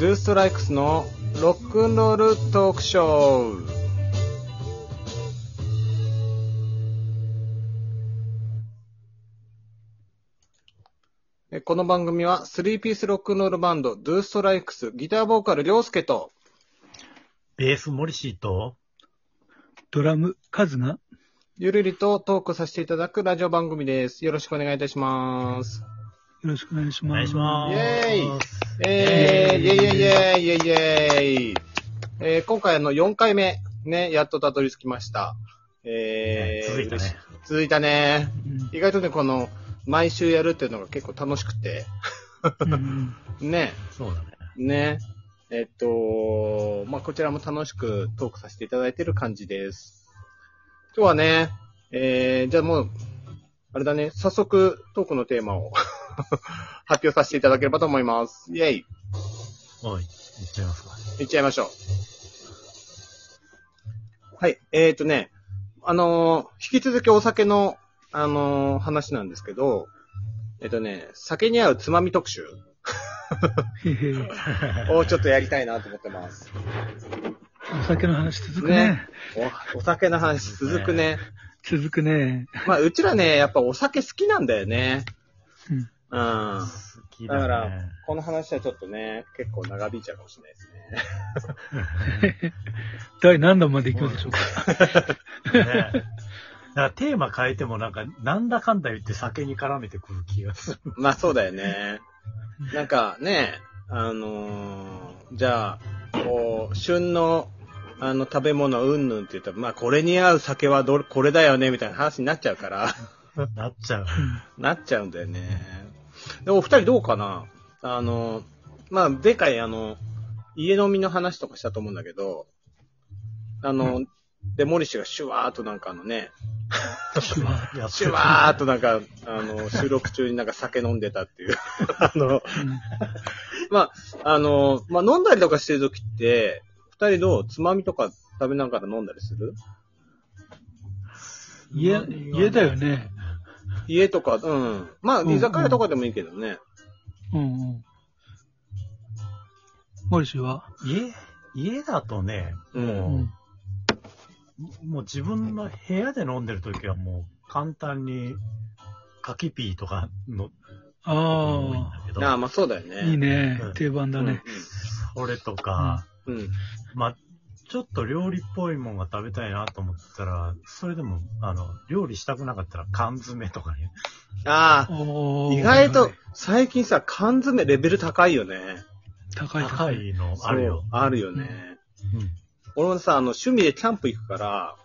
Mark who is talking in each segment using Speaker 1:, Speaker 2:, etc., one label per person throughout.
Speaker 1: ーストライクスのロックンロールトークショー。えこの番組は、スリーピースロックンロールバンド、ドゥーストライクス、ギターボーカル、りょうすけと、
Speaker 2: ベース、モリシーと、
Speaker 3: ドラム、カズナ
Speaker 1: ゆるりとトークさせていただくラジオ番組です。よろしくお願いいたします。
Speaker 3: よろしくお願いし
Speaker 2: お
Speaker 3: ます。
Speaker 2: 願いしま
Speaker 1: イ
Speaker 2: す。
Speaker 1: ェーえー、イェイイェイイェイイェイイェイえー、今回の4回目、ね、やっとたどり着きました。えー、
Speaker 2: 続いた
Speaker 1: 嬉し
Speaker 2: ね。
Speaker 1: 続いたね。
Speaker 3: うん
Speaker 1: 意外とね、この、毎週やるっていうのが結構楽しくて、
Speaker 3: うん
Speaker 1: ね、
Speaker 2: そうだね。
Speaker 1: ね、えっと、まあ、こちらも楽しくトークさせていただいてる感じです。今日はね、えー、じゃあもう、あれだね、早速トークのテーマを 発表させていただければと思います。イェイ
Speaker 2: おい、行っちゃいますか。
Speaker 1: いっちゃいましょう。はい。えー、とね、あのー引き続きお酒の、あのー話なんですけど、えっ、とね、酒に合うつまみ特集
Speaker 3: へへ
Speaker 1: をちょっとやりたいなと思ってます。
Speaker 3: お酒の話続くね。
Speaker 1: ねおお酒の話続くね。
Speaker 3: 続くね。
Speaker 1: まあ、うちらね、やっぱお酒好きなんだよね。
Speaker 3: うん
Speaker 1: うん。
Speaker 2: 好き
Speaker 1: だか
Speaker 2: だ
Speaker 1: ら
Speaker 2: ね。
Speaker 1: この話はちょっとね、結構長引いちゃうかもしれないですね。
Speaker 3: 第何弾まで行きましょうか。
Speaker 2: ね だからテーマ変えてもなんか、なんだかんだ言って酒に絡めてくる気がする。
Speaker 1: まあそうだよね。なんかね、あのーじゃあ、こう、旬の、あの、食べ物うんぬんって言ったら、まあこれに合う酒はどれ、これだよね、みたいな話になっちゃうから、
Speaker 2: なっちゃう。
Speaker 1: なっちゃうんだよね。でもお二人どうかなあの、まあ、でかい、あの、家飲みの話とかしたと思うんだけど、あの、で、モリシがシュワーっとなんかあのね、
Speaker 2: やっ
Speaker 1: シ
Speaker 2: て
Speaker 1: ュ
Speaker 2: る
Speaker 1: ワーっとなんか、あの、収録中になんか酒飲んでたっていう、 あの、あの、まあ、飲んだりとかしてるときって、二人どうつまみとか食べながら飲んだりする
Speaker 3: うん家、家だよ。ね。
Speaker 1: 家とか、うん。まあ、
Speaker 3: うん
Speaker 1: 居酒屋とかでもいいけどね。
Speaker 3: うんうん。モリシーは、
Speaker 2: 家、家だとね、
Speaker 1: うん。
Speaker 3: うん
Speaker 2: もう自分の部屋で飲んでる時はもう簡単に、カキピーとかの、多いん
Speaker 3: あ
Speaker 2: だけど、
Speaker 1: ああ、まあそうだよ
Speaker 3: あ、
Speaker 1: ね。
Speaker 3: いいね
Speaker 2: うん。
Speaker 3: 定番だね。
Speaker 2: それとか、
Speaker 1: うん。うん。
Speaker 2: まあ、ちょっと料理っぽいもんが食べたいなと思ったら、それでも、あの、料理したくなかったら缶詰とかに。
Speaker 1: ああ、
Speaker 3: おー
Speaker 1: 意外と、最近さ、缶詰レベル高いよね。
Speaker 3: 高い高
Speaker 2: 高
Speaker 3: い。
Speaker 2: いのあるよ
Speaker 1: そう。。あるよね。俺もさ、あの、趣味でキャンプ行くから、
Speaker 3: は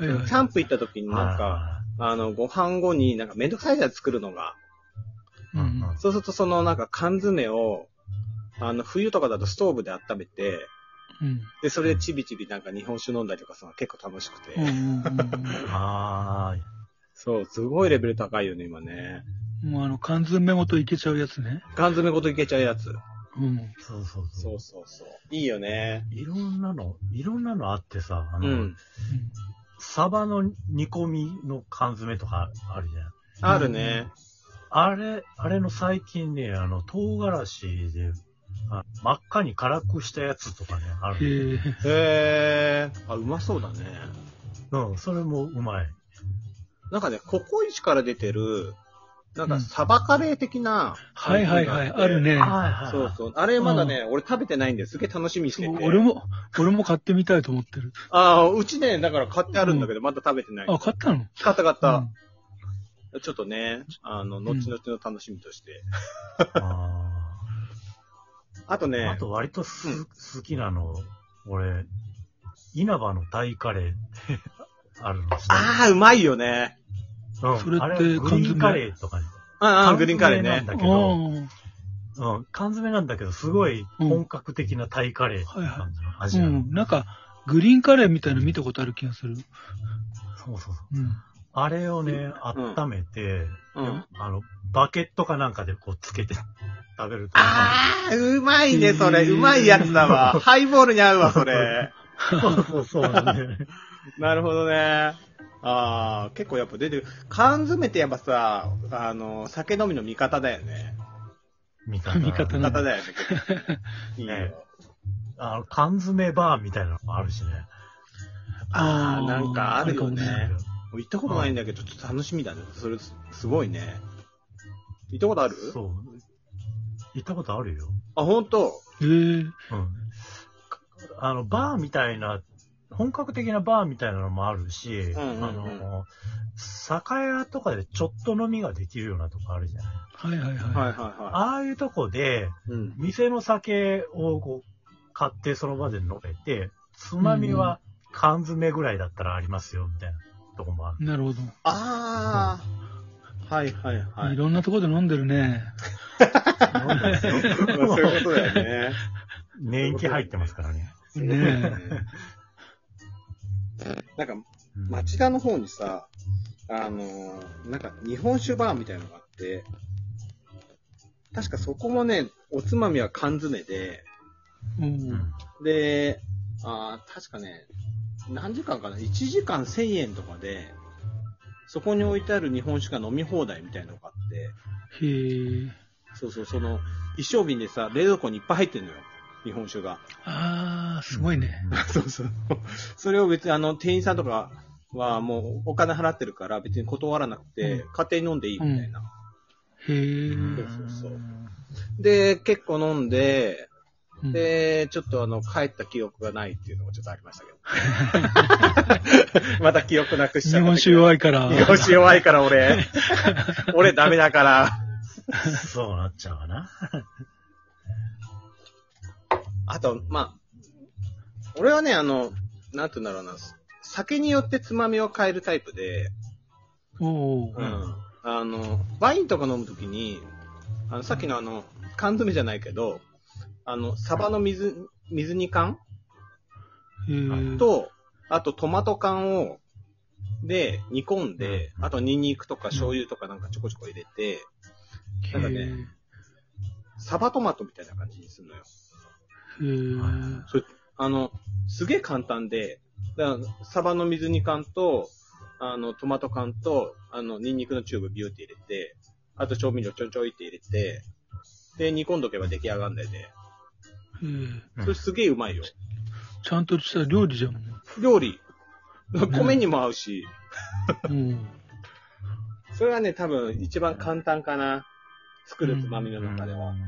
Speaker 3: いはい
Speaker 1: キャンプ行った時に
Speaker 2: う
Speaker 1: なんか、
Speaker 2: か、
Speaker 1: あの、ご飯後になんかめんどくさいじゃん、作るのが。
Speaker 2: うんうん
Speaker 1: そうするとそのなんか缶詰を、あの、冬とかだとストーブで温めて、
Speaker 3: うん
Speaker 1: で、それでちびちびなんか日本酒飲んだりとかさ、結構楽しくて。
Speaker 3: うんうん
Speaker 2: あ
Speaker 1: そう、すごいレベル高いよね、今ね。
Speaker 3: うん。もうあの、缶詰ごといけちゃうやつね。
Speaker 1: 缶詰ごといけちゃうやつ。
Speaker 3: うん。
Speaker 2: ーそうそうそう。
Speaker 1: そうそうそう。いいよね。
Speaker 2: いろんなの、いろんなのあってさ、あ
Speaker 1: う
Speaker 2: の、
Speaker 1: ん。
Speaker 2: サバの煮込みの缶詰とかあるじゃん。
Speaker 1: あるね。
Speaker 2: あれ、あれの最近ね、あの、唐辛子で、あ真っ赤に辛くしたやつとかね、あ
Speaker 3: へ
Speaker 2: る。
Speaker 3: え。
Speaker 1: へえ。あ、うまそうだね。
Speaker 2: うん、それもうまい。
Speaker 1: なんかね、ココイチから出てる、なん
Speaker 3: う
Speaker 1: か
Speaker 3: ん
Speaker 1: サバカレー的な。
Speaker 3: はいはいはい、ある。ね。
Speaker 2: はいはい。
Speaker 1: そうそう。あれまだね、俺食べてないんですげえ楽しみにして
Speaker 3: そう
Speaker 1: て。
Speaker 3: 俺。も、俺も買ってみたいと思ってる。
Speaker 1: ああ、うちね、だから買ってあるんだけど、まだ食べてない。
Speaker 3: あ、買ったの
Speaker 1: 買った買っ
Speaker 3: う
Speaker 1: た
Speaker 3: ん。
Speaker 1: ちょっとね、あの、後々の楽しみとして。
Speaker 2: あー
Speaker 1: あとね
Speaker 2: あ、と割とす、
Speaker 1: うん
Speaker 2: 好きなの、俺、稲葉のタイカレー あるの知ってる
Speaker 1: ああ、うまいよね。
Speaker 2: うん、
Speaker 3: それって
Speaker 2: あグリ
Speaker 3: 缶
Speaker 2: ーン
Speaker 3: 詰
Speaker 2: カレーとかね。
Speaker 1: ああ、グリーンカレー
Speaker 2: な
Speaker 1: ね。
Speaker 2: んだけど、
Speaker 3: あ
Speaker 2: うん、缶詰なんだけど、すごい本格的なタイカレーって感じの
Speaker 3: あ。
Speaker 2: 味
Speaker 3: う
Speaker 2: なの、
Speaker 3: ん。なんか、グリーンカレーみたいなの見たことある気がする。
Speaker 2: そうそうそう。
Speaker 3: うん。
Speaker 2: あれをね、
Speaker 1: ん
Speaker 2: 温めて、
Speaker 1: うん。
Speaker 2: あの、バケットかなんかでこうつけて 食べると。
Speaker 1: ああ、うまいね、それ。
Speaker 3: えー
Speaker 1: うまいやつだ わ。ハイボールに合うわ、それ。
Speaker 2: そうそうそうなんだよね。
Speaker 1: なるほどね。ああ、結構やっぱ出てくる。缶詰ってやっぱさ、あの、酒飲みの味方だよね。
Speaker 2: 味方。
Speaker 3: 味方な
Speaker 1: 方だよね、結構 いいよ
Speaker 2: ねあの、缶詰バーみたいなのもあるしね。
Speaker 1: ああ、なんかあるよ
Speaker 3: あるかも
Speaker 1: ね
Speaker 3: ね。
Speaker 1: 行ったことないんだけど、ちょっと楽しみだね。それ、すすごいね。行ったことある
Speaker 2: そう。行ったことあるよ。
Speaker 1: あ、本当
Speaker 3: えー、
Speaker 2: うん。あの、バーみたいな、本格的なバーみたいなのもあるし、
Speaker 1: んうんうん
Speaker 2: あの、酒屋とかでちょっと飲みができるようなとこあるじゃない。
Speaker 3: はいは
Speaker 1: は
Speaker 3: いはい。
Speaker 1: いはいは
Speaker 2: ああいうとこで、
Speaker 1: い。うん。
Speaker 2: 店の酒をこう買ってその場で飲めて、つまみは缶詰ぐらいだったらありますよ、みたいなとこもある。
Speaker 3: なるほど、。
Speaker 1: ああ、はいはいはいい。
Speaker 3: ろんなところで飲んでるね。
Speaker 1: ま あそういうことだよね。
Speaker 2: 年季入ってますからね。
Speaker 3: ね
Speaker 1: なんか、
Speaker 2: うん
Speaker 1: 町田の方にさ、あのーなんか日本酒バーみたいなのがあって、確かそこもね、おつまみは缶詰で、
Speaker 3: え。う
Speaker 2: うんん。
Speaker 1: で、あー確かね、何時間かな ?1 時間1000円とかで、そこに置いてある日本酒が飲み放題みたいなのがあって、
Speaker 3: へえ。
Speaker 1: そうそう、その、一升瓶でさ、冷蔵庫にいっぱい入ってんのよ。日本酒が。
Speaker 3: ああ、すごいね。
Speaker 1: そうそう。それを別にあの、店員さんとかはもうお金払ってるから別に断らなくて、
Speaker 3: う
Speaker 1: 家庭に飲んでいいみたいな。
Speaker 3: へえ。
Speaker 2: うん。
Speaker 1: そうそうそうで、結構飲んで、
Speaker 3: うん
Speaker 1: で、ちょっとあの、帰った記憶がないっていうのもちょっとありましたけ ど。また記憶なくしち
Speaker 3: 日
Speaker 1: ゃった。
Speaker 3: 本酒弱いから。
Speaker 1: 日本酒弱いから 俺。俺ダメだから。
Speaker 2: そうなっちゃうかな。
Speaker 1: あと、まあ、俺はね、あの、なんて言うんだろうな、酒によってつまみを変えるタイプで、
Speaker 3: おー
Speaker 1: うん。あの、ワインとか飲むときに、あの、さっきのあの、缶詰じゃないけど、あの、サバの水、水煮缶
Speaker 3: へー
Speaker 1: と、あとトマト缶を、で、煮込んで、
Speaker 2: うん
Speaker 1: あとニンニクとか醤油とかなんかちょこちょこ入れて、なんかね
Speaker 3: へー
Speaker 1: サバトマトみたいな感じにするのよ。
Speaker 3: へー
Speaker 1: あの、すげえ簡単で、だからサバの水煮缶と、あの、トマト缶と、あの、ニンニクのチューブビューって入れて、あと調味料ちょんちょいって入れて、で、煮込んどけば出来上がるんだよね。
Speaker 3: へー
Speaker 2: うん
Speaker 1: それすげえうまいよ。
Speaker 3: ちゃんとした料理じゃん。
Speaker 1: 料理。米にも合うし、
Speaker 3: うん。
Speaker 1: それがね、多分一番簡単かな。作るつまみの中では。
Speaker 2: うん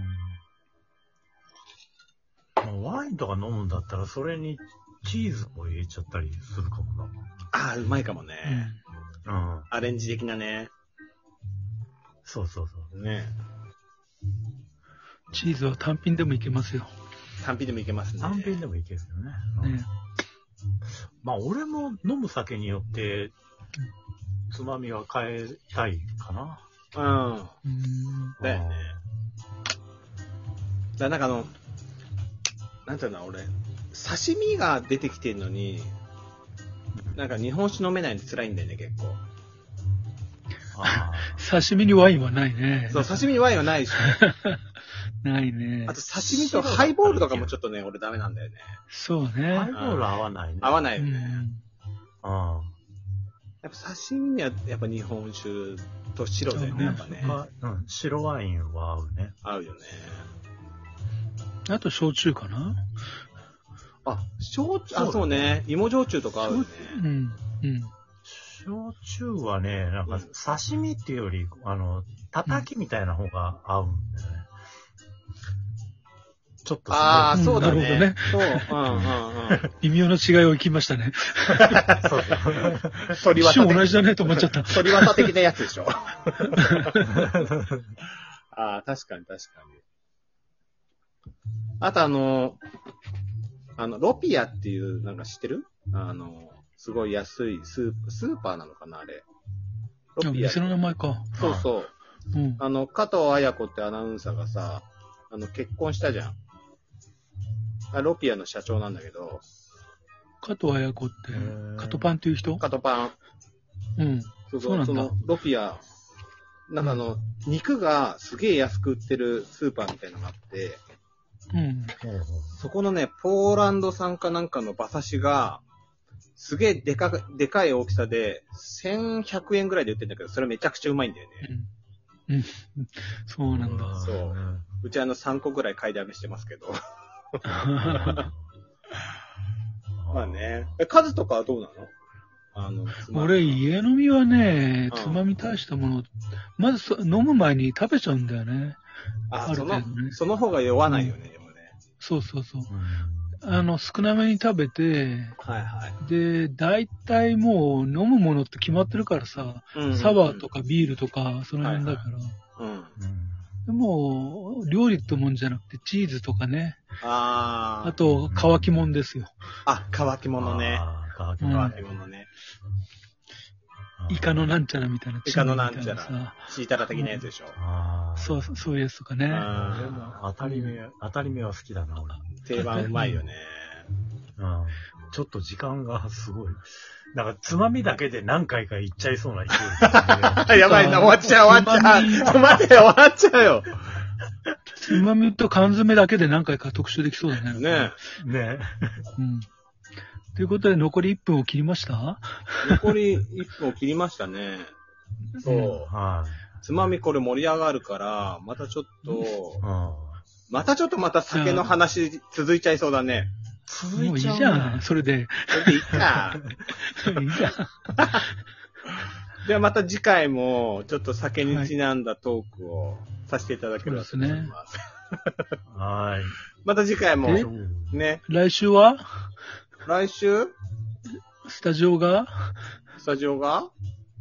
Speaker 2: ワインとか飲むんだったら、それにチーズも入れちゃったりするかも
Speaker 1: ああ、うまいかも
Speaker 3: う
Speaker 1: ね。
Speaker 3: ん
Speaker 2: な。うん。
Speaker 1: アレンジ的なね。
Speaker 2: そうそうそう。
Speaker 1: ね
Speaker 3: チーズは単品でもいけますよ。
Speaker 1: 単品でもいけますね。
Speaker 2: 単品でもいけるよね。うん
Speaker 3: ね
Speaker 2: まあ、俺も飲む酒によって、つまみは変えたいかな。
Speaker 1: うん。
Speaker 3: うん。
Speaker 1: だよね。だからなんかあの、なんていうの、俺、刺身が出てきてるのに、なんか日本酒飲めないの辛いんだよね、結構。
Speaker 2: あ
Speaker 3: 刺身にワインはないね。
Speaker 1: そう、刺身にワインはないし、
Speaker 3: ないね
Speaker 1: あ。と刺身とハイボールとかもちょっとね、俺ダメなんだよね。
Speaker 3: そう
Speaker 2: あ。ハイ
Speaker 3: ね
Speaker 2: ボ。ール合わないね。
Speaker 1: 合わないうよね。
Speaker 3: ん。
Speaker 2: うん。
Speaker 1: やっぱ刺身にはやっぱ日本酒と白だよね、やっぱね。
Speaker 2: まあうん、白ワインは合うね。
Speaker 1: 合うよね。
Speaker 3: あと焼酎かな
Speaker 1: あ、焼酎、
Speaker 2: そうだね
Speaker 1: あ、そうね。芋焼酎とか合うよね。
Speaker 3: うん。うん。
Speaker 2: 焼酎はね、なん
Speaker 1: う
Speaker 2: か
Speaker 1: ん
Speaker 2: 刺身っていうより、あの、叩きみたいな方が合うんだよね。ちょっとすごい
Speaker 1: ああ、
Speaker 3: ー
Speaker 1: そうだ
Speaker 3: うんな
Speaker 1: ね
Speaker 3: る。
Speaker 1: そう、うんうんうん。
Speaker 3: 微妙な違いをいきましたね。
Speaker 2: そうそう。
Speaker 1: 鳥
Speaker 3: 一
Speaker 1: は
Speaker 3: 瞬同じだねと思っち ゃった。
Speaker 1: 鳥綿的なやつでしょ。 ああ、確かに確かに。あとあの、あの、ロピアっていう、なんか知ってるあの、すごい安いスースーパーなのかな、あれ。ロピア。
Speaker 3: 店
Speaker 1: そ
Speaker 3: の名前か。
Speaker 1: うそう。
Speaker 3: うん。
Speaker 1: あの、加藤彩子ってアナウンサーがさ、あの、結婚したじゃん。あロピアの社長なんだけど、
Speaker 3: 加藤綾子って
Speaker 2: へー、
Speaker 3: カトパンっていう人
Speaker 1: 加藤パン。
Speaker 3: うん。
Speaker 1: そう
Speaker 3: そう
Speaker 1: そ
Speaker 3: な
Speaker 1: う、
Speaker 3: ん
Speaker 1: そ
Speaker 3: だ
Speaker 1: の、ロピア、なんかあの、肉がすげえ安く売ってるスーパーみたいなのがあって、
Speaker 3: うん。
Speaker 2: ほうほう
Speaker 1: そこのね、ポーランド産かなんかの馬刺しが、すげえでかく、でかい大きさで、1100円ぐらいで売ってるんだけど、それめちゃくちゃうまいんだよね。
Speaker 3: うんそうなんだ。
Speaker 1: そううちあの3個ぐらい買いだめしてますけど。まあ。ね。え、数とかはどうなのあの、つまみ
Speaker 3: 俺、家飲みはね
Speaker 1: うん、
Speaker 3: つまみ大したもの、まずそ飲む前に食べちゃうんだよね。
Speaker 1: あ、
Speaker 3: ある
Speaker 1: そ
Speaker 3: 程度
Speaker 1: の
Speaker 3: ね、
Speaker 1: その方が酔わないよね、でもね。
Speaker 3: そうそうそう。
Speaker 2: うん
Speaker 3: あの、少なめに食べて、
Speaker 1: はいはい。
Speaker 3: で、大体もう飲むものって決まってるからさ、サワーと
Speaker 1: か。
Speaker 3: かビールとか、その辺だから。
Speaker 1: うん。
Speaker 2: うん
Speaker 3: でも、料理ってもんじゃなくて、チーズとかね。
Speaker 1: あ
Speaker 3: あ
Speaker 1: あ。
Speaker 3: と、乾きもんですよ。
Speaker 1: あ、乾き物ね。
Speaker 2: あー乾き
Speaker 3: うん
Speaker 2: 物
Speaker 1: 乾き物ね。
Speaker 3: イカのなんちゃらみたいな。
Speaker 1: イカのなんちゃら
Speaker 3: チーズみたいなさ
Speaker 1: チータラ的なやつでしょ。
Speaker 2: あー
Speaker 3: そう、そういうやつとかね。
Speaker 1: あ
Speaker 2: 当たり目、当たり目は好きだな、俺。
Speaker 1: ー定番うまいよね。
Speaker 2: うん。ちょっと時間がすごい。なんか、つまみだけで何回か行っちゃいそうな勢いだ
Speaker 1: あやばいな、終わっちゃう、終わっちゃう。ちょっと待って、終わっちゃうよ。
Speaker 3: つまみと缶詰だけで何回か特集できそうだね。
Speaker 1: ね
Speaker 2: ね。ね
Speaker 3: うん。ということで、残り1分を切りました
Speaker 1: え。残り1分を切りましたね。そう。
Speaker 2: は
Speaker 1: つまみこれ盛り上がるから、またちょっと
Speaker 2: い。、うん。
Speaker 1: またちょっとまた酒の話続いちゃいそうだね。
Speaker 2: 続
Speaker 3: もういい
Speaker 2: い
Speaker 3: じ
Speaker 2: ちゃう
Speaker 3: ゃん。
Speaker 2: な。
Speaker 3: それで。
Speaker 1: それでいいか。
Speaker 3: いいじゃん。
Speaker 1: じゃあまた次回も、ちょっと酒にちなんだトークをさせていただければと思います。
Speaker 2: はい。
Speaker 1: また次回も、
Speaker 3: え
Speaker 1: ね、
Speaker 3: 来週は
Speaker 1: 来週
Speaker 3: スタジオが
Speaker 1: スタジオが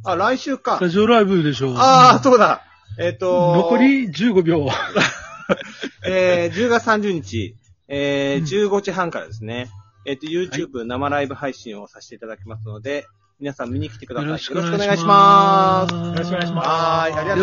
Speaker 1: あ、来週か
Speaker 3: スタ。ジオライブでしょ。
Speaker 1: ああ、そうだ。えっ、と、
Speaker 3: 残り15秒。
Speaker 1: えー、10月30日、え
Speaker 3: うん
Speaker 1: ー、15時半からですね、えっ、と、YouTube 生ライブ配信をさせていただきますので、皆さん見に来てください。よろしくお願いします。
Speaker 2: よろしくお願いします
Speaker 1: はーい、ありがとうございます。